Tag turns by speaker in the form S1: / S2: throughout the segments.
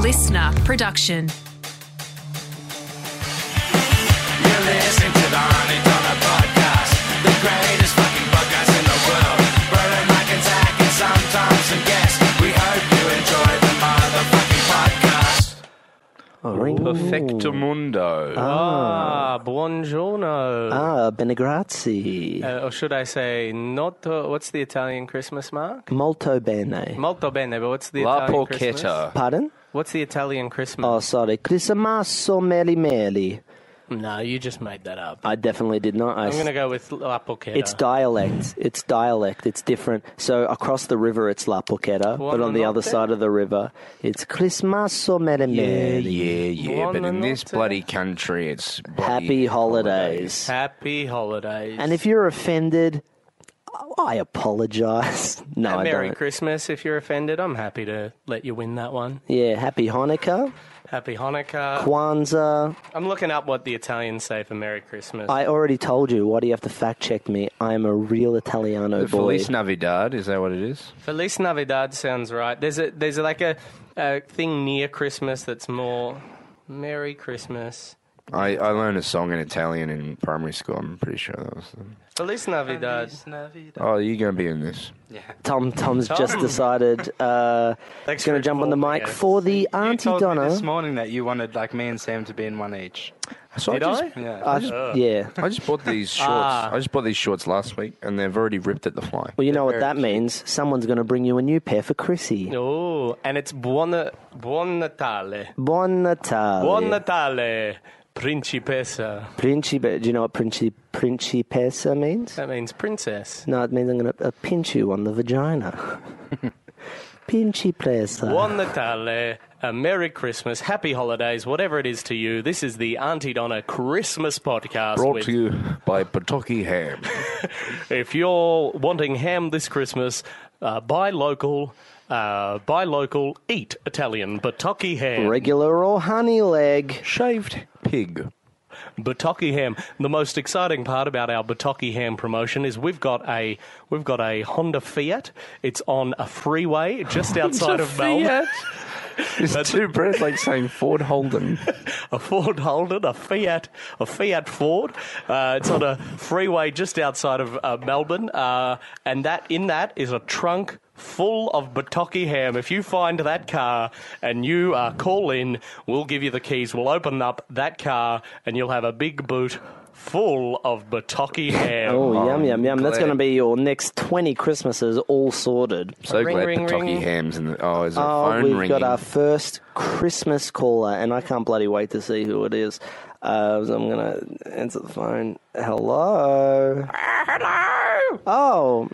S1: listener production.
S2: You listen to the Honey Dollar Podcast, the greatest fucking podcast in the world. Brian McIntyre and Sam Thompson guest. We hope you enjoy the motherfucking podcast.
S3: Perfecto Mundo.
S4: Ah, buongiorno.
S5: Ah, bene grazie.
S4: Uh, or should I say, noto, what's the Italian Christmas, Mark?
S5: Molto bene.
S4: Molto bene, but what's the
S3: La
S4: Italian Christmas?
S3: Porchetta.
S5: Pardon?
S4: What's the Italian
S5: Oh,
S4: Christmas?
S5: sorry. Crisamasso meli meli. Oh.
S4: No, you just made that up.
S5: I definitely did not. I
S4: I'm going to go with La Porchetta.
S5: It's dialect. It's dialect. It's different. So across the river, it's La Porchetta,
S4: Buono
S5: but on the other
S4: notte.
S5: side of the river, it's Crismasso meli
S3: Yeah,
S5: meli.
S3: yeah, yeah. But in this
S4: Buonanotte.
S3: bloody country, it's bloody
S5: Happy holidays.
S4: Happy holidays.
S5: And if you're offended, I apologize. No,
S4: And
S5: I
S4: Merry
S5: don't.
S4: Christmas if you're offended. I'm happy to let you win that one.
S5: Yeah, happy Hanukkah,
S4: Happy Hanukkah.
S5: Kwanzaa.
S4: I'm looking up what the Italians say for Merry Christmas.
S5: I already told you. Why do you have to fact check me? I am a real Italiano
S3: The
S5: boy.
S3: Feliz Navidad, is that what it is?
S4: Feliz Navidad sounds right. There's a there's like a, a thing near Christmas that's more Merry Christmas.
S3: I, I learned a song in Italian in primary school. I'm pretty sure that was the.
S4: Feliz Navidad.
S3: Oh, you're going to be in this.
S5: Tom Tom's
S4: Tom.
S5: just decided uh,
S4: Thanks
S5: he's going
S4: for
S5: to jump on the
S4: informing
S5: mic
S4: us.
S5: for the
S6: You
S5: Auntie
S6: told me this
S5: Donna.
S6: morning that you wanted like me and Sam to be in one each.
S3: So
S4: Did
S3: I? Just,
S4: I?
S6: Yeah.
S5: I- yeah.
S3: I just bought these shorts.
S4: Ah.
S3: I just bought these shorts last week, and they've already ripped at the fly.
S5: Well, you know what that means. Someone's going to bring you a new pair for Chrissy.
S4: Oh, and it's buona buon Natale.
S5: Buon Natale.
S3: Oh,
S4: Buon Natale, principessa.
S5: Principe. Do you know what princi- principessa means?
S4: That means princess.
S5: No, it means I'm going to uh, pinch you on the vagina. Principessa.
S4: Buon Natale. A Merry Christmas, Happy Holidays, whatever it is to you. This is the Auntie Donna Christmas podcast.
S3: Brought
S4: with-
S3: to you by Patoki Ham.
S4: If you're wanting ham this Christmas, uh, buy local. Uh, buy local, eat Italian Batocchi ham.
S5: Regular or honey leg.
S3: Shaved pig.
S4: Batocchi ham. The most exciting part about our Batocchi ham promotion is we've got a we've got a Honda Fiat. It's on a freeway just outside of Melbourne.
S3: It's two breaths like saying Ford Holden.
S4: A Ford Holden, a Fiat, a Fiat Ford. Uh, it's on a freeway just outside of uh, Melbourne, uh, and that in that is a trunk full of Batocchi ham. If you find that car and you uh, call in, we'll give you the keys. We'll open up that car, and you'll have a big boot full of Batocchi ham.
S5: Oh, yum, yum, yum. That's
S3: glad.
S5: going to be your next 20 Christmases all sorted.
S3: So
S4: Ring,
S3: glad
S4: ring,
S3: Pataki
S4: ring.
S3: Ham's in the. Oh, is a
S5: Oh,
S3: phone
S5: we've
S3: ringing?
S5: got our first Christmas caller, and I can't bloody wait to see who it is. Uh, so I'm going to answer the phone. Hello.
S7: Hello,
S5: Oh,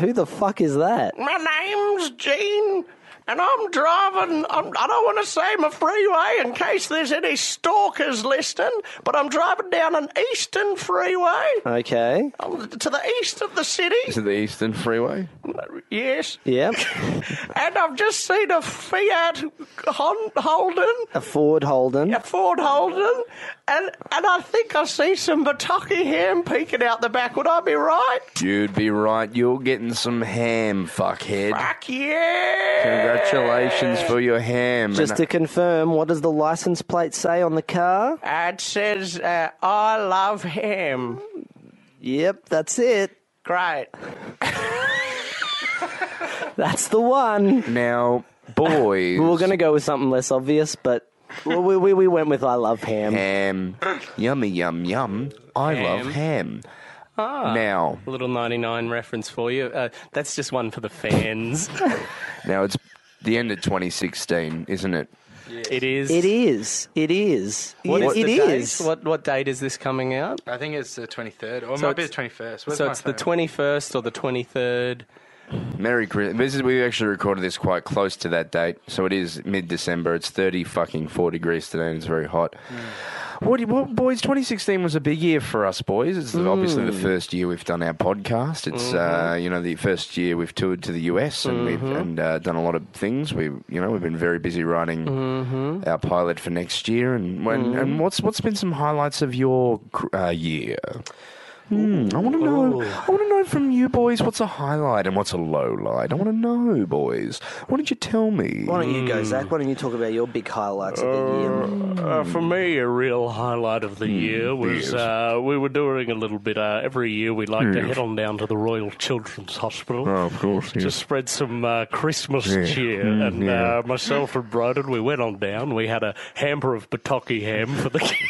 S5: who the fuck is that?
S7: my name's Gene, and I'm driving. I'm, I don't want to say my freeway in case there's any stalkers listening, but I'm driving down an eastern freeway
S5: Okay.
S7: um, to the east of the
S3: Is
S7: city.
S3: it the Eastern Freeway?
S7: Yes,
S5: Yep.
S7: and I've just seen a Fiat Hon- Holden.
S5: A Ford Holden.
S7: A Ford Holden, and and I think I see some Bataki ham peeking out the back. Would I be right?
S3: You'd be right. You're getting some ham, fuckhead.
S7: Fuck yeah!
S3: Congratulations for your ham.
S5: Just
S3: And-
S5: to confirm, what does the license plate say on the car?
S7: It says, uh, I love him.
S5: Yep, that's it.
S7: Great.
S5: That's the one.
S3: now, boys.
S5: We were going to go with something less obvious, but we, we, we went with I Love Ham.
S3: ham. Yummy, yum, yum. I love ham. Now,
S4: Little 99 reference for you. Uh, that's just one for the fans.
S3: now it's the end of 2016, isn't it?
S4: It is.
S5: It is. It is.
S4: What
S5: It-
S4: is
S5: it
S4: the date?
S5: is.
S4: What, what date is this coming out?
S6: I think it's the 23rd, or it
S4: So
S6: might be the
S4: it's-
S6: 21st. Where's
S4: so
S6: my
S4: it's the
S6: phone?
S4: 21st or the 23rd.
S3: Merry Christmas. This is, we actually recorded this quite close to that date, so it is mid-December. It's thirty fucking four degrees today, and it's very hot. What, do you- what, boys? Twenty sixteen was a big year for us, boys. It's
S5: Mm.
S3: obviously the first year we've done our podcast. It's uh,
S5: Mm-hmm.
S3: you know the first year we've toured to the US and we've and uh, done a lot of things. We you know we've been very busy writing
S5: Mm-hmm.
S3: our pilot for next year. And when, and what's what's been some highlights of your cr- uh, year? I want to know. I want to know from you boys what's a highlight and what's a low light. I want to know, boys. Why don't you tell me?
S5: Why don't you go, Zach? Why don't you talk about your big highlights of the year?
S4: Uh, for me, a real highlight of the year was
S3: Hmm, yes.
S4: uh, we were doing a little bit. Uh, every year, we like to head on down to the Royal Children's Hospital.
S3: Oh, of course.
S4: to
S3: Yes. Hmm,
S4: spread some uh, Christmas cheer. and
S3: yeah.
S4: uh, myself and Broden, we went on down. We had a hamper of Bataki ham for the kids.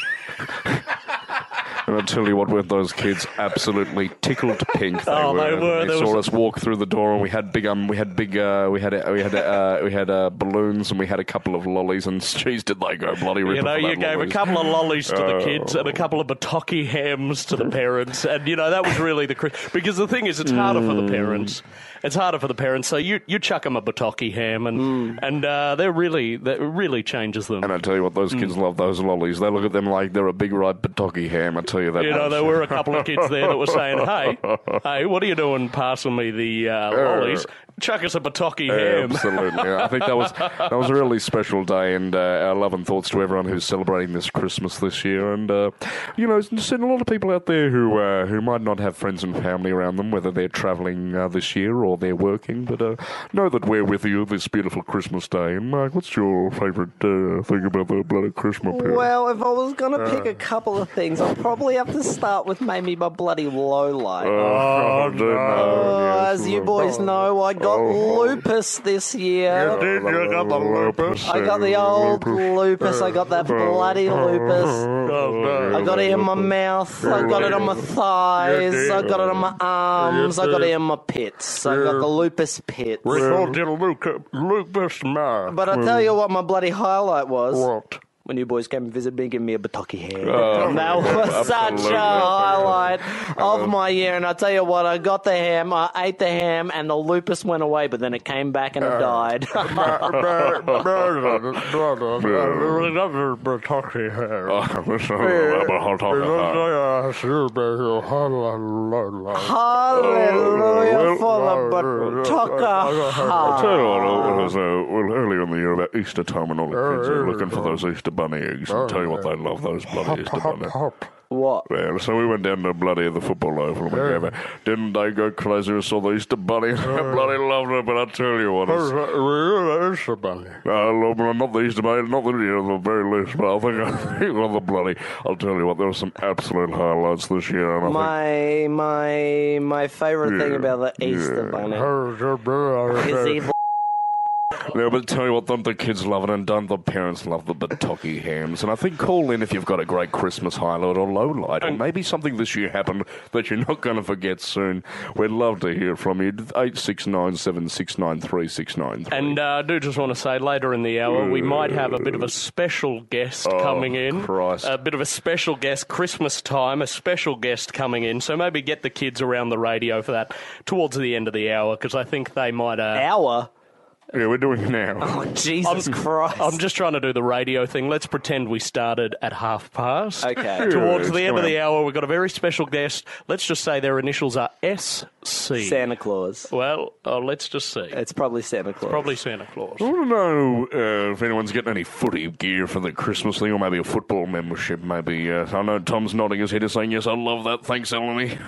S3: And I tell you what, with those kids, absolutely tickled pink. They
S4: Oh,
S3: were.
S4: they were.
S3: They
S4: There
S3: saw
S4: was-
S3: us walk through the door, and we had big um, we had big uh, we had uh, we had uh, we had uh, balloons, and we had a couple of lollies. And geez, did they go bloody rip
S4: You know,
S3: off
S4: you
S3: about
S4: gave a
S3: lollies.
S4: couple of lollies to the
S3: Oh.
S4: kids and a couple of Bataki hams to the parents. And, you know, that was really the. Chris- Because the thing is, it's harder for
S3: Hmm.
S4: the parents. It's harder for the parents. So you, you chuck them a Bataki ham, and, and uh, they're really, that really changes them.
S3: Hmm. And I tell you what, those kids
S4: Mm.
S3: love those lollies. They look at them like they're a big ripe bataki ham. I tell you that.
S4: You know, there were a couple of kids there that were saying, "Hey, hey, what are you doing passing me the uh, lollies?
S3: Er.
S4: Chuck us a bataki ham."
S3: Absolutely, I think that was that was a really special day, and uh, our love and thoughts to everyone who's celebrating this Christmas this year. And uh, you know, there's a lot of people out there who uh, who might not have friends and family around them, whether they're travelling uh, this year or they're working. But uh, know that we're with you this beautiful Christmas day. And Mike, what's your favourite uh, thing about the bloody Christmas period?
S5: Well, if I was going to pick a couple of things, I'll probably have to start with maybe my bloody low light.
S3: oh, I don't know.
S5: Oh,
S3: Yes,
S5: as you boys know, I got
S3: Oh.
S5: lupus this year.
S3: did. You got the lupus.
S5: I got the old lupus. I got that bloody
S3: Oh.
S5: lupus. I got it in my mouth. I got it on my thighs. I got it on my arms. I got it in my pits. I got the lupus pits.
S3: Er.
S4: Lupus man.
S5: But I tell you what, my bloody highlight was. When you boys came and visit me and gave me a bataki hair. and that was such
S3: absolutely.
S5: a highlight of my year. And I tell you what, I got the ham, I ate the ham, and the lupus went away, but then it came back and it died.
S4: uh,
S8: Oh,
S5: Hallelujah for the bataka
S3: I'll tell
S5: ham.
S3: you what, uh, it was, uh, well, earlier in the year, about Easter time, and all the kids are looking for those Easter bunny eggs.
S4: Oh,
S3: I'll tell you what, they love those bloody Easter bunny
S5: What?
S3: Yeah, so we went down to bloody the football oval and we gave it. Didn't they go crazy and saw the Easter bunny? I bloody loved it, but I tell you what, it's, uh, well, not the Easter bunny, not the, you know, the very least, but I think, I think well, the bloody, I'll tell you what, there were some absolute highlights this year, and I think
S5: My my my favorite thing
S3: Yeah,
S5: about the Easter bunny is
S8: Is
S5: evil.
S3: Yeah, but tell you what, don't the kids love it and don't the parents love the Bataki hams? And I think call in if you've got a great Christmas highlight or low light, or maybe something this year happened that you're not going to forget soon. We'd love to hear from you. 869 769
S4: And uh, I do just want to say, later in the hour, we might have a bit of a special guest coming in.
S3: Christ.
S4: A bit of a special guest, Christmas time, a special guest coming in. So maybe get the kids around the radio for that towards the end of the hour, because I think they might. Uh,
S5: Hour?
S3: Yeah, we're doing it now.
S5: Oh, Jesus Christ.
S4: I'm just trying to do the radio thing. Let's pretend we started at half past.
S5: Okay.
S4: Towards the
S3: Yeah,
S4: end of
S3: come
S4: the hour, we've got a very special guest. Let's just say their initials are SC.
S5: Santa Claus.
S4: Well, uh, let's just see.
S5: It's probably Santa Claus.
S4: Probably Santa Claus.
S3: I want to know uh, if anyone's getting any footy gear for the Christmas thing, or maybe a football membership. Maybe uh, I know Tom's nodding his head and saying, "Yes, I love that." Thanks, Eleni.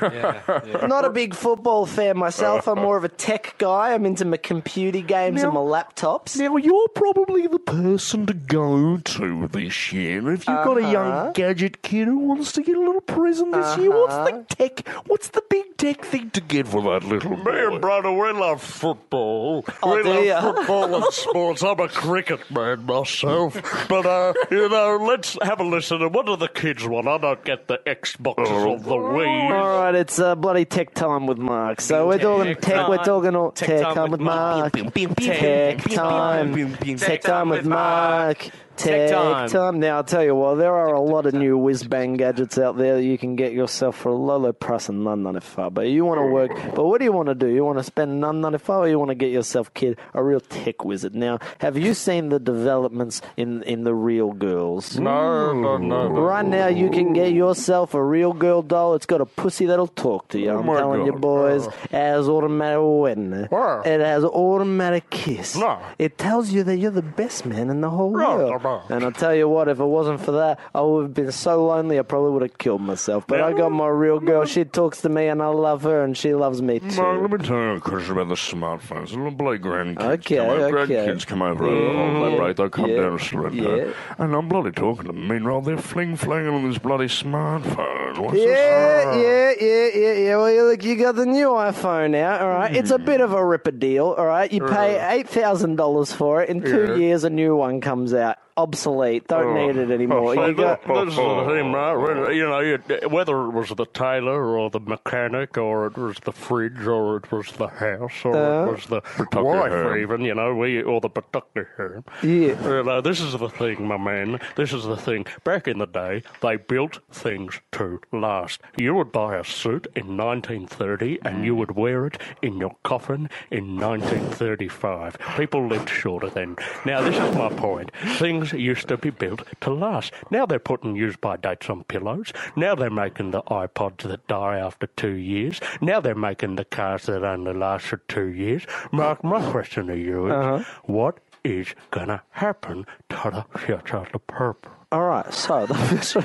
S5: Not a big football fan myself. I'm more of a tech guy. I'm into my computer games and my laptops.
S3: Now you're probably the person to go to this year. If you've got a young gadget kid who wants to get a little present this year, what's the tech? What's the big tech thing to get for that little man,
S4: brother, we love football.
S5: Oh, We do love ya?
S4: football and sports. I'm a cricket man myself. But, uh, you know, let's have a listen. And what do the kids want? I don't get the Xboxes or the Wii.
S5: All right, it's uh, bloody tech time with Mark. So we're talking tech.
S4: time.
S5: We're talking all
S4: Tech
S5: tech,
S4: time
S5: time,
S4: with
S5: with
S4: Mark.
S5: Mark. Tech time. Tech time with Mark.
S4: Tech
S5: Tech
S4: time.
S5: time. Now I'll tell you what, there are a lot of new whiz bang gadgets out there that you can get yourself for a low low price and none ninety five. But you want to work. But what do you want to do? You want to spend none ninety five, or you want to get yourself kid a real tech wizard? Now, have you seen the developments in in the real girls?
S8: No, no, no. no.
S5: Right now, you can get yourself a real girl doll. It's got a pussy that'll talk to you. I'm
S3: Oh my
S5: telling you,
S3: God. Uh.
S5: boys. It has automatic wedding.
S8: Wow.
S5: It has automatic kiss.
S4: No.
S5: It tells you that you're the best man in the whole
S4: No,
S5: world.
S4: no, no.
S5: And I tell you what, if it wasn't for that, I would have been so lonely I probably would have killed myself. But I got my real girl. She talks to me and I love her and she loves me too.
S3: Mark, let me tell you a question about the smartphones. Little bloody grandkids
S5: Okay,
S3: come over.
S5: okay. Mm,
S3: Grandkids come over over the holiday break. They come
S5: yeah,
S3: down to Sled
S5: yeah.
S3: And I'm bloody talking to them. Meanwhile, they're fling-flanging on this bloody smartphone. What's
S5: Yeah,
S3: this? Ah,
S5: yeah, yeah, yeah, yeah. Well, you look, you got the new iPhone out, all right? It's a bit of a ripper deal, all right? You pay $8,000 for it. In two years, a new one comes out. Obsolete. Don't
S8: Oh.
S5: need it anymore.
S8: So
S5: You got,
S8: that- this is the thing, right? Whether- You know, you- whether it was the tailor or the mechanic or it was the fridge or it was the house or
S5: Uh-huh.
S8: it was the wife,
S3: home.
S8: even you know, we or the particular home.
S5: Yeah.
S8: You know, this is the thing, my man. This is the thing. Back in the day, they built things to last. You would buy a suit in 1930 and you would wear it in your coffin in 1935. People lived shorter then. Now, this is my point. Things used to be built to last. Now they're putting use by dates on pillows. Now they're making the iPods that die after two years. Now they're making the cars that only last for two years. Mark, my question to you is what is gonna happen to the future of the purple.
S5: all right, so.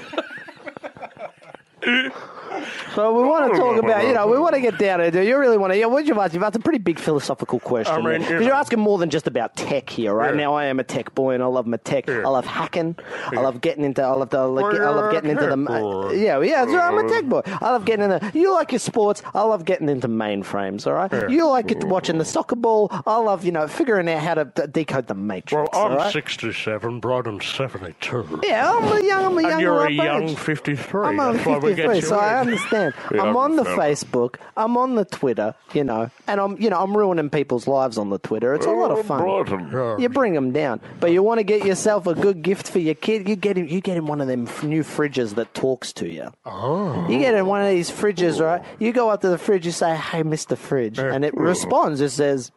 S5: So we want to talk about, you know, we want to get down into. You really want to? Yeah, what you ask? You've asked a pretty big philosophical question.
S8: I mean,
S5: there.
S8: you
S5: 'Cause you're
S8: know.
S5: asking more than just about tech here, right?
S8: Yeah.
S5: Now I am a tech boy and I love my tech. I love hacking. I love getting into. I love the. I love get- I love getting into the.
S8: Well, you're a tech boy.
S5: yeah, yeah. So I'm a tech boy. I love getting into. You like your sports. I love getting into mainframes. All right. You like it, watching the soccer ball. I love you know figuring out how to d- decode the matrix.
S8: Well,
S5: all
S8: I'm
S5: right?
S8: 67, Brighton's 72.
S5: Yeah, I'm a young. I'm a young.
S8: And you're a
S5: rough
S8: young
S5: age.
S8: 53.
S5: I'm on
S8: That's why we get
S5: 53,
S8: you
S5: so I
S8: in.
S5: understand.
S3: Yeah,
S5: I'm
S3: I
S5: on the
S3: understand.
S5: Facebook. I'm on the Twitter. You know, and I'm you know I'm ruining people's lives on the Twitter. It's a lot of fun.
S3: Brighton.
S5: You bring them down, but you want to get yourself a good gift for your kid. You get him. You get him one of them f- new fridges that talks to you. Oh. You get him one of these fridges, right? You go up to the fridge. You say, "Hey, Mister Fridge," and it responds. It says,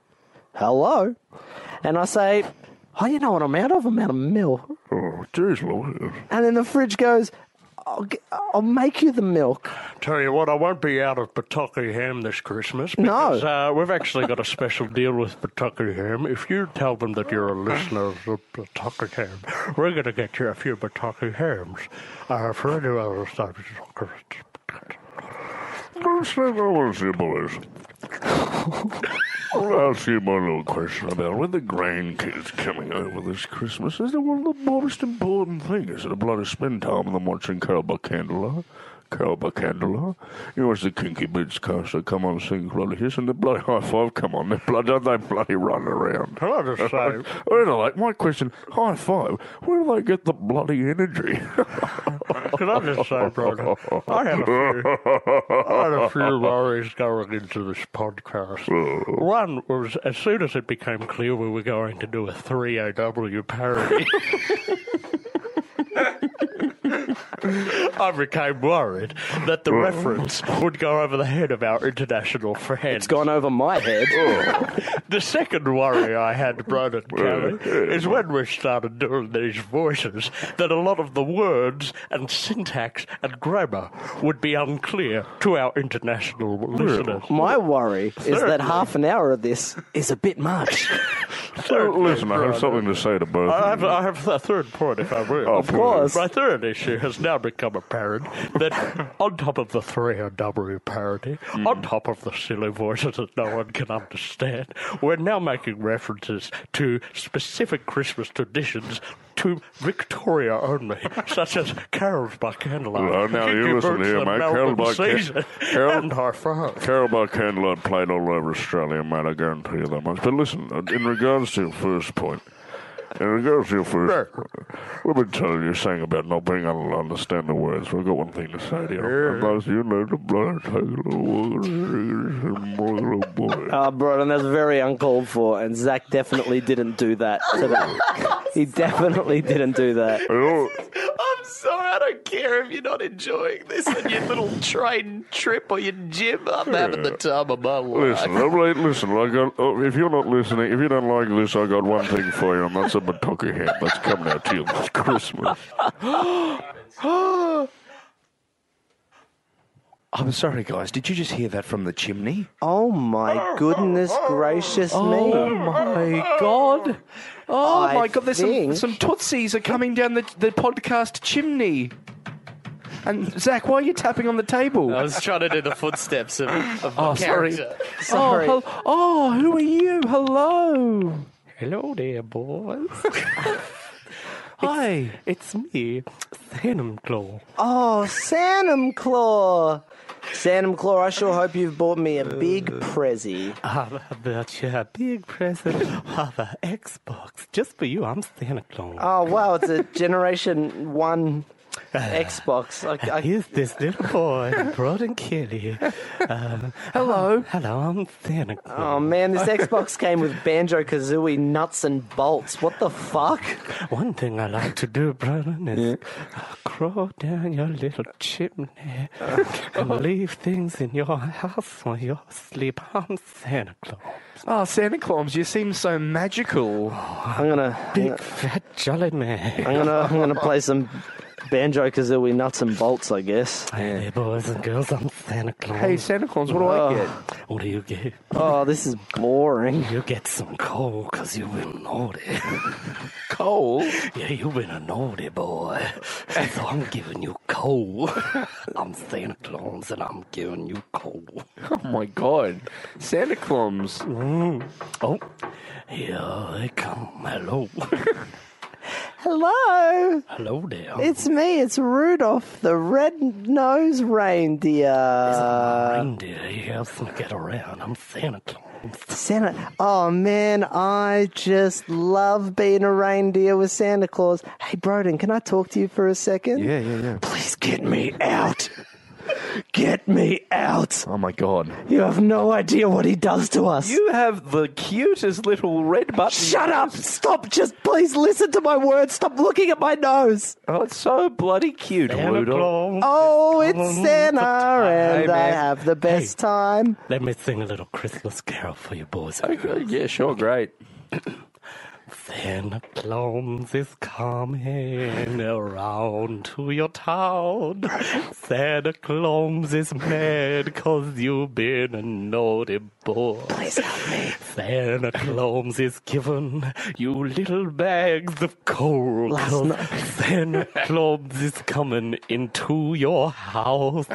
S5: "Hello," and I say, "Oh, you know what I'm out of? I'm out of milk."
S3: Oh, jeez, Louise.
S5: And then the fridge goes, I'll, g- I'll make you the milk.
S8: Tell you what, I won't be out of Pataki Ham this Christmas.
S5: No.
S8: Because, uh, we've actually got a special deal with Pataki Ham. If you tell them that you're a listener of the Pataki Ham, we're going to get you a few Pataki Hams. Uh, for any other stuff, it's not gonna-
S3: Well, so I want to see, boys. I'll ask you my little question about when the grandkids coming over this Christmas. Is it one of the most important things? Is it a bloody spend time with them watching Carol by Candlelight? Carol by Candlelight? You watch the kinky bits cast, they come on and sing bloody hiss, and the bloody high five come on. They bloody, don't they bloody run around?
S8: Can I just say,
S3: Or, you know, like, my question, high five, where do they get the bloody energy?
S8: Can I just say, brother, I had a few, I had a few worries going into this podcast. One was as soon as it became clear we were going to do a 3AW parody. I became worried that the reference would go over the head of our international friends.
S5: It's gone over my head.
S8: The second worry I had, Brandon Kelly, is when we started doing these voices, that a lot of the words and syntax and grammar would be unclear to our international listeners.
S5: My worry is that half an hour of this is a bit much.
S3: Well, Listen, I have something to say to both
S8: I
S3: of
S8: have,
S3: you.
S8: I have a third point, if I will.
S3: Of
S5: course.
S8: My third issue has now become apparent that on top of the 3OW parody,
S3: Hmm.
S8: on top of the silly voices that no one can understand, we're now making references to specific Christmas traditions to Victoria only, such as carols by candlelight.
S3: Well, now you
S8: Kinky
S3: listen
S8: boots,
S3: here,
S8: the
S3: mate,
S8: Melbourne
S3: carol by ca-
S8: season,
S3: carol-
S8: and high five.
S3: Carol by candlelight played all over Australia, mate. I guarantee you that much. But listen, uh, in regards to your first point, in regards to your first, point, we've been telling you saying about not being able to understand the words. We've got one thing to say to you. And those you know to bloody take a little walk, little boy.
S5: Oh, bro, and that's very uncalled for. And Zach definitely didn't do that today. he definitely didn't do that.
S3: And all-
S4: I'm sorry, I don't care if you're not enjoying this on your little train trip or your gym. I'm having the time of my life.
S3: Listen, I'm like, listen. I got, oh, if you're not listening, if you don't like this, I got one thing for you, and that's a Matoka hat that's coming out to you this Christmas. I'm sorry, guys. Did you just hear that from the chimney?
S5: Oh my goodness gracious me!
S3: Oh my god! Oh
S5: I
S3: my god! There's
S5: think-
S3: some some tootsies are coming down the the podcast chimney. And Zach, why are you tapping on the table?
S1: I was trying to do the footsteps of, of
S3: oh,
S1: my
S3: sorry.
S1: character.
S5: Sorry.
S3: Oh, hel- oh, who are you? Hello.
S8: Hello there, boys.
S3: Hi.
S8: it's me, Phantom Claw.
S5: Oh, Santum Claw! Santum Claw, I sure hope you've bought me a big prezi.
S8: How about your big present of an Xbox? Just for you, I'm Santa Claus.
S5: Oh, wow, it's a Generation 1 Xbox. I, I,
S8: Here's this little boy, Broden Kelly. Um,
S3: Hello. Um,
S8: hello, I'm Santa Claus.
S5: oh, man, this Xbox came with Banjo Kazooie nuts and bolts. What the fuck?
S8: One thing I like to do, Broden, is crawl down your little chimney
S3: Uh, oh.
S8: and leave things in your house while you're asleep. I'm Santa Claus.
S3: Oh, Santa Claus, you seem so magical.
S5: I'm gonna. I'm
S8: Big
S5: gonna,
S8: fat jolly man.
S5: I'm gonna, I'm gonna play some Banjo Kazooie nuts and bolts, I guess.
S8: Hey there, boys and girls, I'm Santa Claus.
S3: Oh, Hey, Santa Claus, what do
S5: Oh.
S3: I get?
S8: What do you get?
S5: Oh, this is boring.
S8: You get some coal 'cause you've been naughty.
S3: Coal.
S8: Yeah, you've been a naughty boy. So I'm giving you coal. I'm Santa Claus and I'm giving you coal.
S3: Oh my god. Santa Claus.
S8: Oh, here they come. Hello.
S5: Hello!
S8: Hello there.
S5: It's me, it's Rudolph the Red-Nosed Reindeer.
S8: Reindeer. He helps me get around. I'm Santa Claus.
S5: Santa, oh man, I just love being a reindeer with Santa Claus. Hey, Broden, can I talk to you for a second?
S3: Yeah, yeah, yeah.
S5: Please get me out. Get me out.
S3: Oh my god.
S5: You have no idea what he does to us.
S3: You have the cutest little red button.
S5: Shut up. Stop. Just please listen to my words. Stop looking at my nose.
S3: Oh, it's so bloody cute, Rudolph.
S5: Oh, it's Santa, and I
S3: man.
S5: have the best time.
S8: Let me sing a little Christmas carol for you boys.
S3: Okay, yeah, sure, great.
S8: Santa Claus is coming around to your town. Santa Claus is mad cause you've been a naughty boy. Please help me. Santa Claus is giving you little bags of coal.
S5: Last
S8: 'cause
S5: night-
S8: Santa Claus is coming into your house.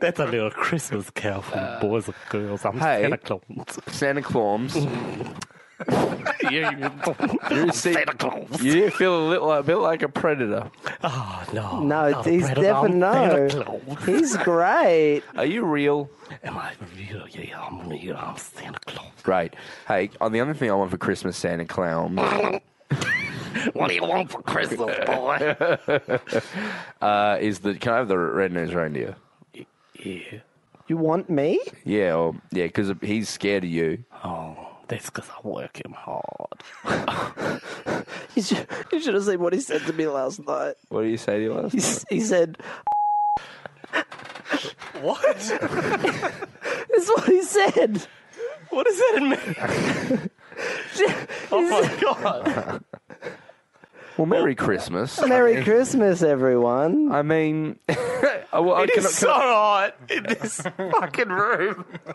S8: That's a little Christmas carol for boys and girls. I'm
S3: hey.
S8: Santa Claus.
S3: Santa Claus.
S8: you
S3: see-
S8: Santa Claus.
S3: you feel a little a bit like a predator.
S8: Oh,
S5: No,
S8: no. not a
S5: he's
S8: predator, I'm
S5: definitely-
S8: Santa Claus.
S5: He's great.
S3: Are you real?
S8: Am I real? Yeah, I'm real. I'm Santa Claus.
S3: Great. Hey, on the other thing I want for Christmas, Santa Claus,
S8: What do you want for Christmas, boy?
S3: uh, is the can I have the red nosed reindeer?
S8: yeah.
S5: You want me?
S3: Yeah, or, yeah, because he's scared of you.
S8: Oh, that's because I work him hard.
S5: You should, you should have seen what he said to me last night.
S3: What do you say to you last?
S5: He, s- he said,
S8: What?
S5: "That's what he said."
S8: What does that mean? oh, my God.
S3: Well, Merry Christmas.
S5: Merry Christmas, everyone.
S3: I mean, I, well, I
S8: It
S3: can-
S8: is so
S3: can I-
S8: hot in this fucking room.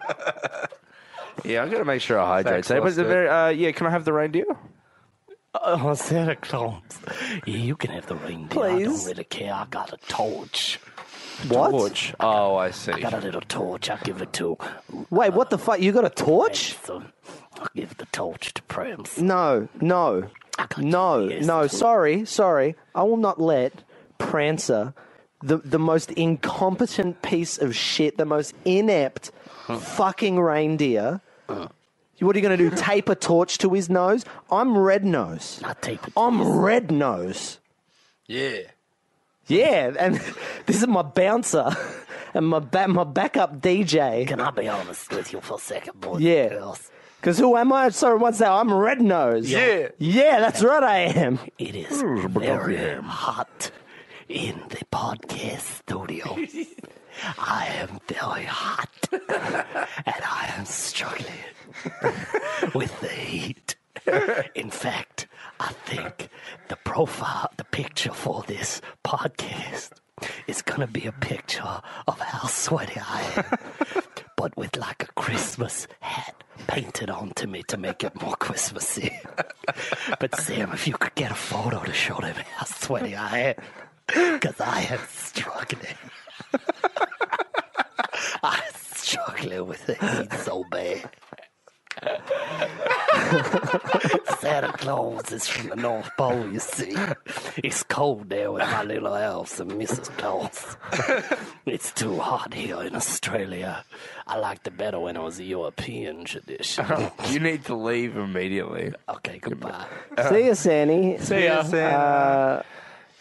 S3: yeah, I got to make sure I hydrate.
S2: Thanks,
S3: Today, but it's a
S2: lost it.
S3: very, uh, yeah, can I have the reindeer?
S8: Oh, Santa Claus. Yeah, you can have the reindeer. I
S5: Please.
S8: don't really care. I got a torch.
S5: What?
S3: Torch. Oh, I see.
S8: Got a little torch. I give it to
S5: Wait, what the fuck? You got a torch?
S8: So I'll give the torch to Prams.
S5: No, no, no,
S8: Yes.
S5: no. Sorry, sorry. I will not let Prancer, the the most incompetent piece of shit, the most inept fucking reindeer.
S8: Uh.
S5: What are you going to do? Tape a torch to his nose? I'm red nose.
S8: I tape it.
S5: I'm red nose.
S2: Yeah.
S5: Yeah, and this is my bouncer and my ba- my backup DJ.
S1: Can I be honest with you for a second, boys and
S5: Yeah.
S1: girls?
S5: Because who am I? Sorry, one second. I'm red nose.
S2: Yeah.
S5: Yeah, that's right, I am.
S1: It is very hot in the podcast studio. I am very hot and I am struggling with the heat. In fact, I think the profile, the picture for this podcast
S8: is going to be a picture of how sweaty I am, but with like a Christmas hat painted onto me to make it more Christmassy. but Sam, if you could get a photo to show them how sweaty I am, because I am struggling. I'm struggling with the heat so bad. Santa Claus is from the North Pole, you see. It's cold there with my little elves and Mrs. Claus. it's too hot here in Australia. I liked it better when it was a European tradition.
S9: You need to leave immediately.
S8: okay, goodbye.
S5: See you, Sandy.
S4: See ya.
S5: Uh,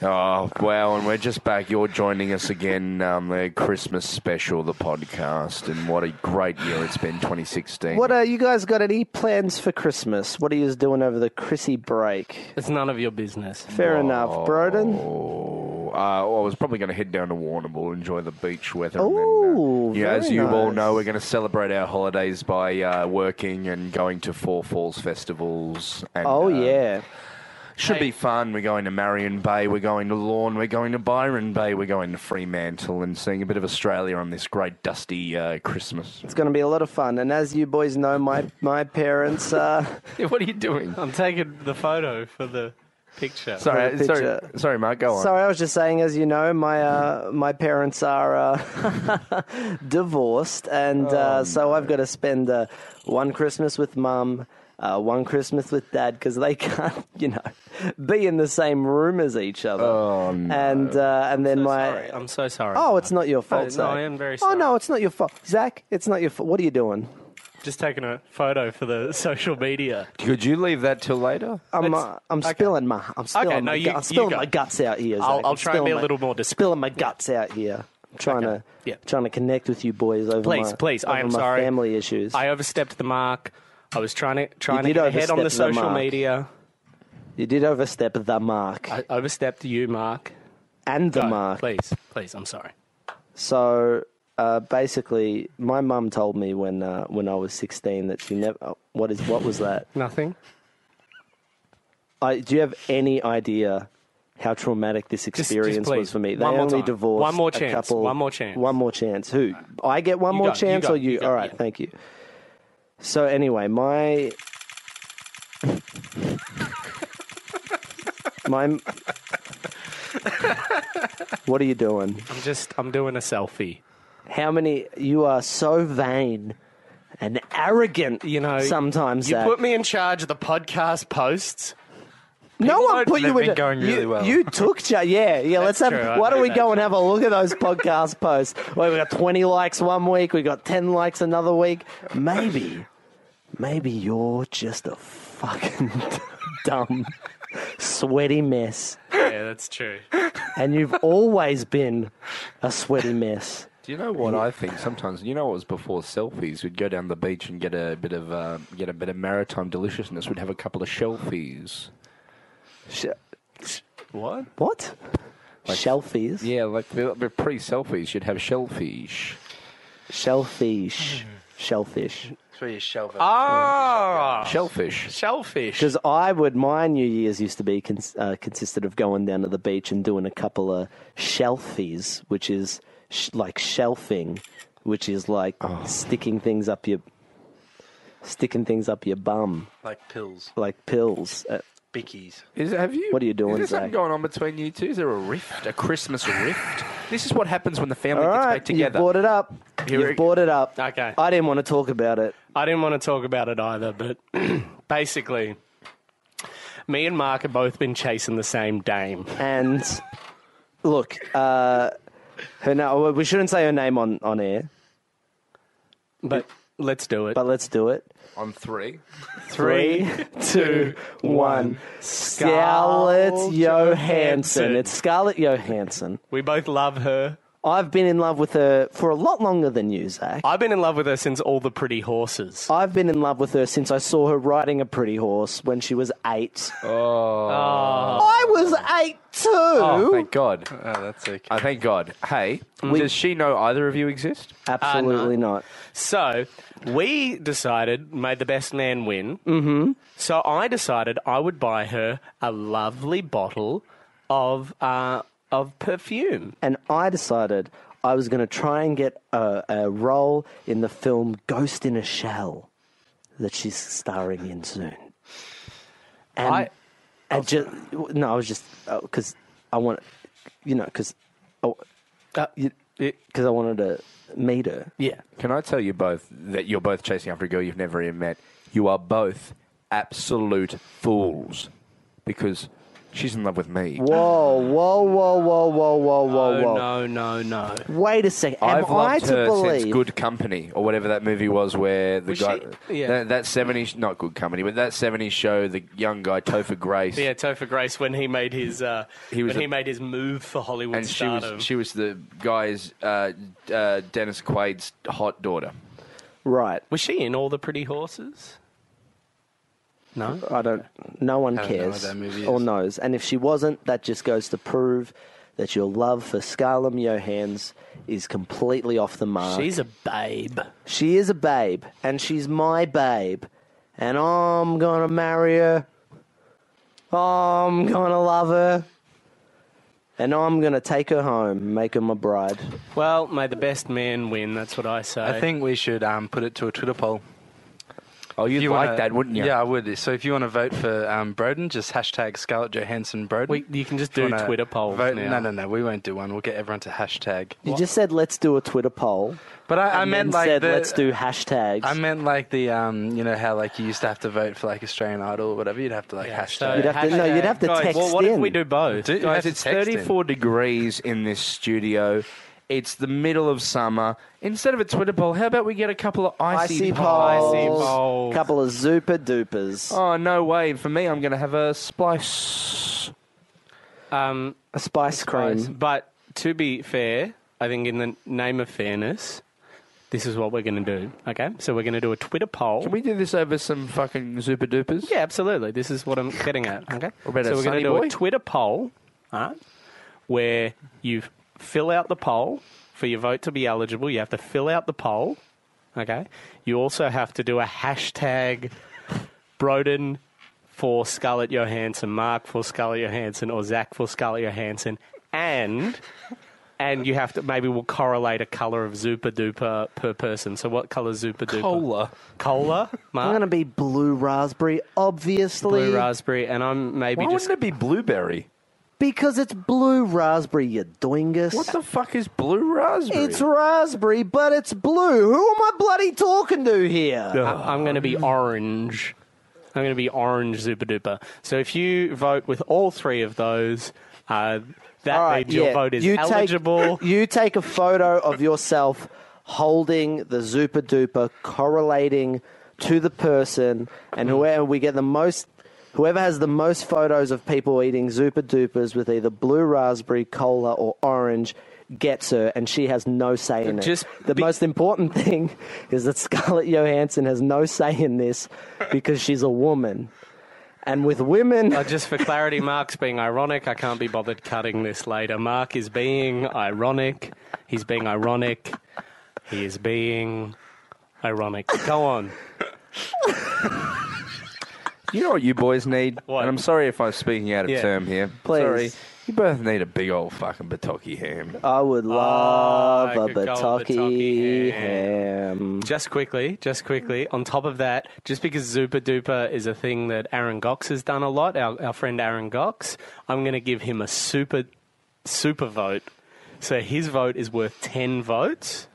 S9: Oh, wow. And we're just back. You're joining us again, um, the Christmas special, the podcast. And what a great year it's been, 2016.
S5: what uh, you guys got any plans for Christmas? What are you doing over the Chrissy break?
S4: It's none of your business.
S5: Fair enough, Broden.
S9: Oh, uh, well, I was probably going to head down to Warrnambool, enjoy the beach weather.
S5: Ooh,
S9: and then, uh, yeah,
S5: very
S9: as you all
S5: nice.
S9: know, we're going to celebrate our holidays by uh, working and going to Four Falls festivals. And,
S5: Oh
S9: uh,
S5: yeah,
S9: Should be fun. We're going to Marion Bay, we're going to Lawn, we're going to Byron Bay, we're going to Fremantle and seeing a bit of Australia on this great dusty uh, Christmas.
S5: it's going to be a lot of fun. And as you boys know, my my parents. Uh,
S9: what are you doing?
S4: I'm taking the photo for the picture.
S9: Sorry,
S5: Put a
S9: sorry,
S5: picture.
S9: sorry, Mark, go on.
S5: Sorry, I was just saying, as you know, my uh, my parents are uh, divorced, and uh, so I've got to spend uh, one Christmas with mum. Uh, one Christmas with Dad because they can't, you know, be in the same room as each other. Oh no! And uh, and then my
S4: Sorry, I'm so sorry.
S5: oh, it's not your fault.
S4: no,
S5: Zach.
S4: I am very
S5: Oh no,
S4: sorry.
S5: it's not your fault, Zach. It's not your fault. What are you doing?
S4: Just taking a photo for the social media.
S9: Could you leave that till later?
S5: I'm
S4: Let's-
S5: uh, I'm spilling my I'm spilling
S4: Okay, no,
S5: my,
S4: you-
S5: gut- I'm
S4: you
S5: spilling
S4: go.
S5: my guts out here. Zach.
S4: I'll- I'll
S5: I'm
S4: try and be
S5: spilling
S4: a
S5: my-
S4: little more discreet.
S5: Spilling my guts out here. I'm trying
S4: Okay.
S5: to
S4: Yeah.
S5: trying to connect with you boys over
S4: Please,
S5: my,
S4: please, I
S5: over
S4: am
S5: my
S4: sorry.
S5: family issues.
S4: I overstepped the mark. I was trying to trying to
S5: did
S4: get ahead on the
S5: overstep the
S4: social
S5: mark.
S4: media.
S5: you did overstep the mark
S4: I overstepped you, Mark.
S5: and the
S4: Go,
S5: mark.
S4: Please, please, I'm sorry.
S5: So uh, basically, my mum told me when uh, when I was 16 that she never. oh, What is what was that?
S4: Nothing.
S5: I, do you have any idea how traumatic this
S4: just
S5: experience was
S4: please.
S5: for me? They
S4: One more
S5: only
S4: time.
S5: divorced
S4: One more
S5: a
S4: chance.
S5: couple.
S4: One more chance.
S5: One more chance. Who? I get one
S4: You
S5: more
S4: go, you
S5: chance,
S4: go,
S5: or you?
S4: you go,
S5: All right,
S4: yeah.
S5: thank you. So anyway, my my. what are you doing?
S4: I'm just I'm doing a selfie.
S5: How many? You are so vain and arrogant.
S4: You know,
S5: sometimes
S4: you
S5: Zach.
S4: put me in charge of the podcast posts.
S5: No one
S4: aren't-
S5: put
S10: they've
S5: you in.
S10: been
S5: a-
S10: going really
S5: you,
S10: well.
S5: You took cha- yeah, yeah. Let's have.
S4: true, I
S5: why don't
S4: know
S5: we
S4: that.
S5: go and have a look at those podcast posts? Well, we got twenty likes one week. We got ten likes another week. Maybe, maybe you're just a fucking dumb, sweaty mess,
S4: Yeah, that's true.
S5: and you've always been a sweaty mess.
S9: Do you know what I think? Sometimes you know what was before selfies. We'd go down the beach and get a bit of uh, get a bit of maritime deliciousness. We'd have a couple of shelfies.
S5: Sh-
S9: What?
S5: what? Shellfish.
S9: Yeah, like they're, they're pre-selfies. You'd have shellfish.
S5: Shellfish. Shellfish.
S10: That's where you shelve it.
S4: Ah,
S9: Shellfish.
S4: shellfish.
S5: Because I would, my New Year's used to be cons- uh, consisted of going down to the beach and doing a couple of shelfies, which is sh- like shelfing, which is like
S9: Oh.
S5: sticking things up your sticking things up your bum,
S10: Like pills.
S5: like pills. Uh,
S10: Bickies.
S9: Is have you?
S5: What are you doing,
S9: Is there something
S5: Zach?
S9: going on between you two? Is there a rift? A Christmas rift? This is what happens when the family
S5: all
S9: gets
S5: right,
S9: back
S5: you
S9: together.
S5: brought it up.
S9: Here
S5: You
S9: we-
S5: brought it up.
S4: Okay.
S5: I didn't want to talk about it.
S4: I didn't want to talk about it either, but basically, me and Mark have both been chasing the same dame.
S5: And look, uh, her no, we shouldn't say her name on on air,
S4: But let's do it.
S5: but let's do it.
S9: On three.
S5: Three, two, one. Scarlett Johansson. It's Scarlett Johansson.
S4: we both love her.
S5: I've been in love with her for a lot longer than you, Zach.
S4: I've been in love with her since all the pretty horses.
S5: I've been in love with her since I saw her riding a pretty horse when she was eight. I was eight too.
S9: Oh, thank God.
S10: Oh, that's okay.
S9: I thank God. Hey, does she know either of you Uh, exist?
S5: Absolutely not.
S4: So we decided, made the best man win. Mm-hmm. So I decided I would buy her a lovely bottle of uh,
S8: of perfume.
S5: and I decided I was going to try and get a, a role in the film Ghost in a Shell that she's starring in soon. And
S8: I-
S5: I,
S9: oh,
S5: just no, I was just because I want, you know, because
S9: Uh,
S5: because I wanted to meet her.
S8: yeah.
S9: Can I tell you both that you're both chasing after a girl you've never even met? You are both absolute fools because she's in love with me.
S5: Whoa, whoa, whoa, whoa, whoa, whoa, whoa, whoa!
S8: Oh, no, no, no.
S5: Wait a second. Am
S9: I've
S5: I
S9: loved
S5: to
S9: her
S5: believe?
S9: since Good Company or whatever that movie was, where the
S8: Was
S9: guy
S8: she- yeah.
S9: that, that seventies not Good Company, but that seventies show, the young guy Topher Grace,
S8: Yeah, Topher Grace when he made his uh,
S9: He was
S8: when
S9: a-
S8: he made his move for Hollywood
S9: and she
S8: stardom.
S9: was she was the guy's uh, uh, Dennis Quaid's hot daughter.
S5: Right.
S8: Was she in all the Pretty Horses? No.
S5: I don't. No one
S2: don't know what
S5: cares
S2: that movie
S5: or
S2: is.
S5: knows. And if she wasn't, that just goes to prove that your love for Scarlett Johans is completely off the mark.
S8: She's a babe.
S5: she is a babe, and she's my babe, and I'm gonna marry her. I'm gonna love her, and I'm gonna take her home, make her my bride.
S8: Well, may the best man win. That's what I say.
S2: I think we should um, put it to a Twitter poll.
S9: Oh, you'd
S2: If
S9: like
S2: wanna-
S9: that, wouldn't you?
S2: Yeah, I would. So if you want to vote for um, Broden, just hashtag Scarlett Johansson Broden.
S8: we, you can just
S2: If you
S8: do
S2: wanna
S8: Twitter polls
S2: vote-
S8: now.
S2: No, no, no. We won't do one. We'll get everyone to hashtag.
S5: You just said let's do a Twitter poll.
S2: But I, I
S5: and
S2: meant
S5: then
S2: like
S5: said
S2: the,
S5: let's do hashtags.
S2: I meant like the um, you know how like you used to have to vote for like Australian Idol or whatever. You'd have to like
S8: Yeah, so-
S2: hashtag.
S5: you'd have to, no, you'd have to
S8: Guys,
S5: text
S8: well, what
S5: in.
S8: if we do both?
S2: Do- you have
S9: Guys,
S2: to
S9: it's
S2: text in.
S9: 34 degrees in this studio. It's the middle of summer. Instead of a Twitter poll, how about we get a couple of icy,
S5: icy
S9: polls?
S5: poles,
S8: Icy poles.
S5: couple of zuper dupers,
S9: Oh, no way. For me, I'm going to have a splice.
S8: Um,
S5: a spice
S8: guys,
S5: cream.
S8: but to be fair, I think in the name of fairness, this is what we're going to do. Okay, so we're going to do a Twitter poll.
S9: Can we do this over some fucking Zupa Dupers?
S8: Yeah, absolutely. This is what I'm getting at. Okay.
S9: What about
S8: so
S9: a
S8: we're gonna
S9: Sunny
S8: do
S9: Boy?
S8: a Twitter poll, alright, where you fill out the poll for your vote to be eligible. You have to fill out the poll. Okay. You also have to do a hashtag Broden for Scarlett Johansson, Mark for Scarlett Johansson, or Zach for Scarlett Johansson, and and you have to maybe we'll correlate a color of Zupa Duper per person. So what color Zupa Duper?
S2: Cola.
S8: Cola. Mark.
S5: I'm going to be blue raspberry, obviously,
S8: blue raspberry, and I'm maybe
S9: Why
S8: just
S9: wouldn't it be blueberry?
S5: because it's blue raspberry, you doingus.
S9: What the fuck is blue raspberry?
S5: It's raspberry, but it's blue. Who am I bloody talking to here?
S8: I- I'm going to be
S9: Oh.
S8: orange. I'm going to be orange super duper. So if you vote with all three of those, uh, that
S5: All right,
S8: means your
S5: yeah.
S8: vote is
S5: you
S8: eligible.
S5: Take, you take a photo of yourself holding the Zupa Duper, correlating to the person, and
S8: Mm.
S5: whoever we get the most, whoever has the most photos of people eating Zupa Dupers with either blue raspberry, cola, or orange. Gets her, and she has no say in it.
S8: Just
S5: the
S8: be-
S5: most important thing is that Scarlett Johansson has no say in this because she's a woman, and with women,
S8: Uh, just for clarity, Mark's being ironic. I can't be bothered cutting this later. Mark is being ironic. He's being ironic. He is being ironic. Go on.
S9: You know what you boys need?
S8: What?
S9: And I'm sorry if I'm speaking out of
S8: Yeah.
S9: term here.
S5: Please.
S9: Sorry. You both need a big old fucking bataki ham.
S5: I would love
S8: I
S5: a
S8: could go with Bataki
S5: bataki ham.
S8: Just quickly, just quickly. On top of that, just because Zupa Duper is a thing that Aaron Gox has done a lot, our, our friend Aaron Gox, I'm going to give him a super, super vote. So his vote is worth 10 votes,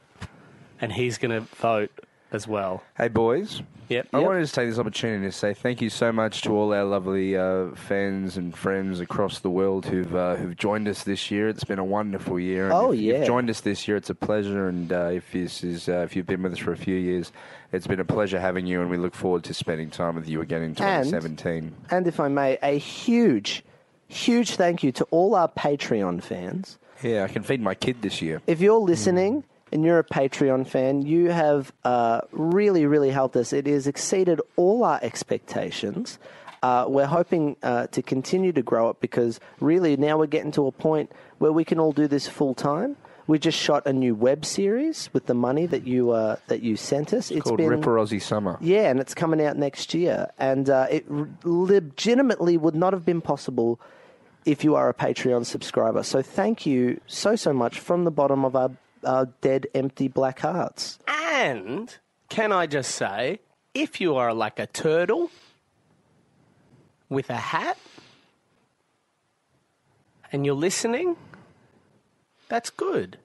S8: and he's going to vote as well.
S9: Hey, boys.
S8: Yep.
S9: I wanted to take this opportunity to say thank you so much to all our lovely uh, fans and friends across the world who've uh, who've joined us this year. It's been a wonderful year. and
S5: Oh,
S9: if you've
S5: yeah.
S9: joined us this year. It's a pleasure, and uh, if this is uh, if you've been with us for a few years, it's been a pleasure having you, and we look forward to spending time with you again in 2017.
S5: And if I may, a huge, huge thank you to all our Patreon fans.
S9: yeah, I can feed my kid this year.
S5: If you're listening and you're a Patreon fan, you have uh, really, really helped us. It has exceeded all our expectations. Uh, we're hoping uh, to continue to grow it because really now we're getting to a point where we can all do this full time. We just shot a new web series with the money that you uh, that you sent us. It's
S9: Called
S5: been
S9: Ripper Aussie Summer.
S5: Yeah, and it's coming out next year. And uh, it r- legitimately would not have been possible if you are a Patreon subscriber. So thank you so, so much from the bottom of our, our dead, empty black hearts.
S8: And can I just say, if you are like a turtle with a hat and you're listening, that's good.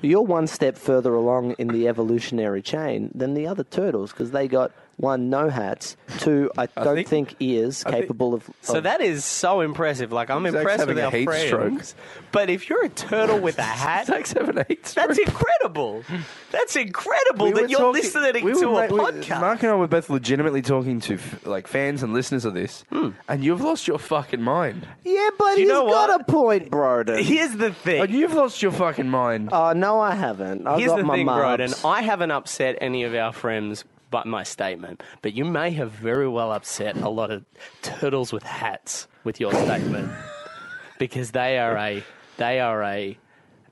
S5: You're one step further along in the evolutionary chain than the other turtles because they got one, no hats, two, I don't think, ears capable of.
S8: So
S5: of-
S8: that is so impressive. Like I'm impressed
S3: having a
S8: with our
S3: heat
S8: friends. But if you're a turtle with a hat,
S3: Zach's having a heat stroke.
S8: that's incredible. That's incredible
S3: We were
S8: that you're
S3: talking-
S8: listening
S3: we
S8: to
S3: were
S8: a
S3: ma- we-
S8: podcast.
S3: Mark and I were both legitimately talking to f- like fans and listeners of this, and you've lost your fucking mind.
S5: yeah, but
S8: you
S5: he's
S8: know
S5: got
S8: what?
S5: a point, Broden.
S8: Here's the thing.
S3: And you've lost your fucking mind.
S5: Oh, no, I haven't. I've
S8: Here's
S5: got
S8: the
S5: my
S8: thing,
S5: marks.
S8: Broden. I haven't upset any of our friends but my statement, but you may have very well upset a lot of turtles with hats with your statement because they are a they are a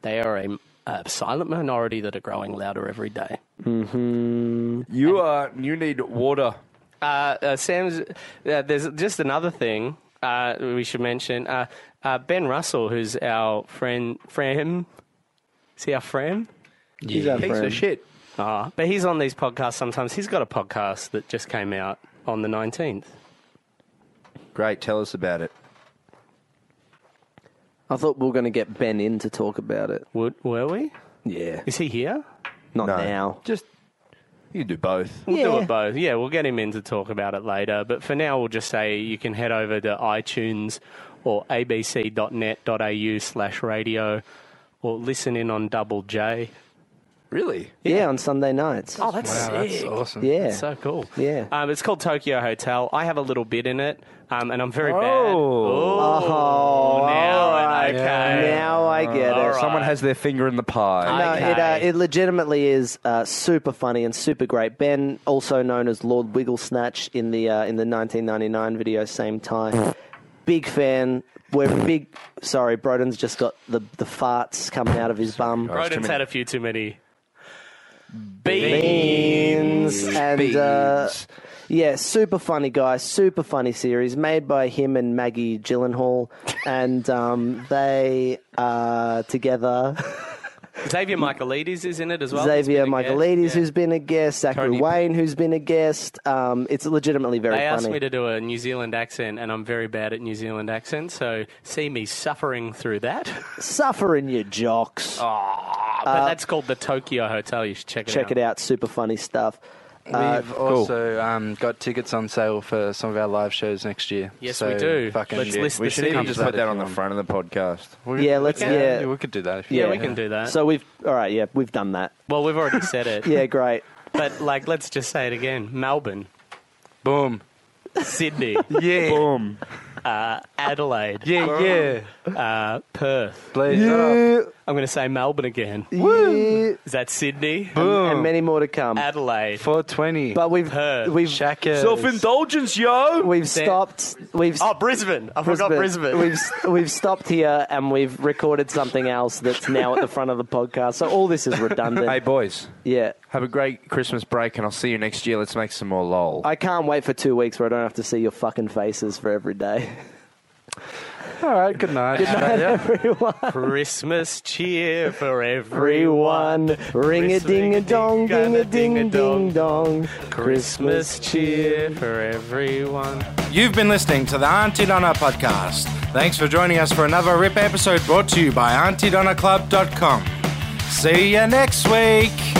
S8: they are a, a silent minority that are growing louder every day.
S3: you are. You need water.
S8: Uh, uh, Sam's. Uh, there's just another thing uh, we should mention. Uh, uh, ben Russell, who's our friend, Fram. See our Fram?
S5: He's our
S3: Piece
S5: friend.
S3: of shit.
S8: Ah, but he's on these podcasts sometimes. He's got a podcast that just came out on the 19th.
S3: Great. Tell us about it.
S5: I thought we were going to get Ben in to talk about it.
S8: Would, were we?
S5: Yeah.
S8: Is he here?
S5: Not
S3: No.
S5: now.
S3: Just you can do both.
S8: We'll do
S5: Yeah.
S8: it both. Yeah, we'll get him in to talk about it later. But for now, we'll just say you can head over to iTunes or abc.net.au slash radio or listen in on Double J.
S3: Really?
S5: Yeah, on Sunday nights.
S8: Oh, that's
S2: Wow, that's awesome.
S5: yeah.
S8: So cool.
S5: Yeah.
S8: Um, it's called Tokyo Hotel. I have a little bit in it, um, and I'm very bad.
S3: Oh.
S8: Oh, now
S5: alright.
S8: and okay.
S5: Now I get it.
S8: Alright.
S3: Someone has their finger in the pie.
S5: No,
S8: Okay.
S5: it, uh, it legitimately is uh, super funny and super great. Ben, also known as Lord Wigglesnatch in the uh, in the 1999 video, same time. big fan. We're big. Sorry, Broden's just got the the farts coming out of his bum.
S8: Broden's had a few too many.
S5: Beans and Uh,
S3: Beans.
S5: yeah, super funny guy, super funny series made by him and Maggie Gyllenhaal, and um, they are together.
S8: Xavier Michaelides is in it as well.
S5: Xavier
S8: He's been a guest.
S5: Michaelides,
S8: Yeah.
S5: who's been a guest, Zachary
S3: Tony-
S5: Wayne, who's been a guest. Um, it's legitimately very
S8: They asked
S5: funny.
S8: me to do a New Zealand accent, and I'm very bad at New Zealand accents, so see me suffering through that.
S5: Suffer in your jocks.
S8: Ah, but that's called the Tokyo Hotel. You should check it out.
S5: Check it out, super funny stuff. Uh,
S2: We've also um, got tickets on sale for some of our live shows next year.
S8: Yes,
S2: So
S8: we do.
S2: Fucking
S8: Let's list
S3: We
S8: the
S3: should even
S8: cities.
S3: just
S2: that
S3: put
S2: if
S3: that
S2: you
S3: on the
S2: want.
S3: front of the podcast.
S2: We-
S5: Yeah, let's- yeah.
S2: we could do that. If you
S8: Yeah,
S2: want.
S8: we can do that.
S5: so we've all right, yeah, we've done that.
S8: well, we've already said it.
S5: Yeah, great.
S8: But like, let's just say it again: Melbourne,
S2: Boom.
S8: Sydney,
S2: Yeah.
S3: Boom.
S8: Adelaide,
S2: Yeah, yeah.
S8: uh, Perth.
S2: Blaze
S8: I'm going to say Melbourne again.
S5: Yeah,
S8: Is that Sydney?
S5: and many more to come.
S8: Adelaide.
S2: 420.
S5: But we've
S8: Perth.
S5: we've
S2: Shaka.
S3: Self-indulgence, yo.
S5: we've stopped. We've
S8: Oh, Brisbane. I forgot Brisbane.
S5: We've we've stopped here and we've recorded something else that's now at the front of the podcast. So all this is redundant.
S3: Hey boys,
S5: yeah.
S3: have a great Christmas break, and I'll see you next year. Let's make some more lol.
S5: I can't wait for two weeks where I don't have to see your fucking faces for every day.
S2: All right, good night. Good night.
S8: Christmas cheer for everyone.
S5: Everyone, ring a ding a dong, ding a ding ding dong.
S8: Christmas cheer for everyone.
S9: You've been listening to the Auntie Donna podcast. Thanks for joining us for another RIP episode brought to you by AuntieDonnaClub.com. See you next week.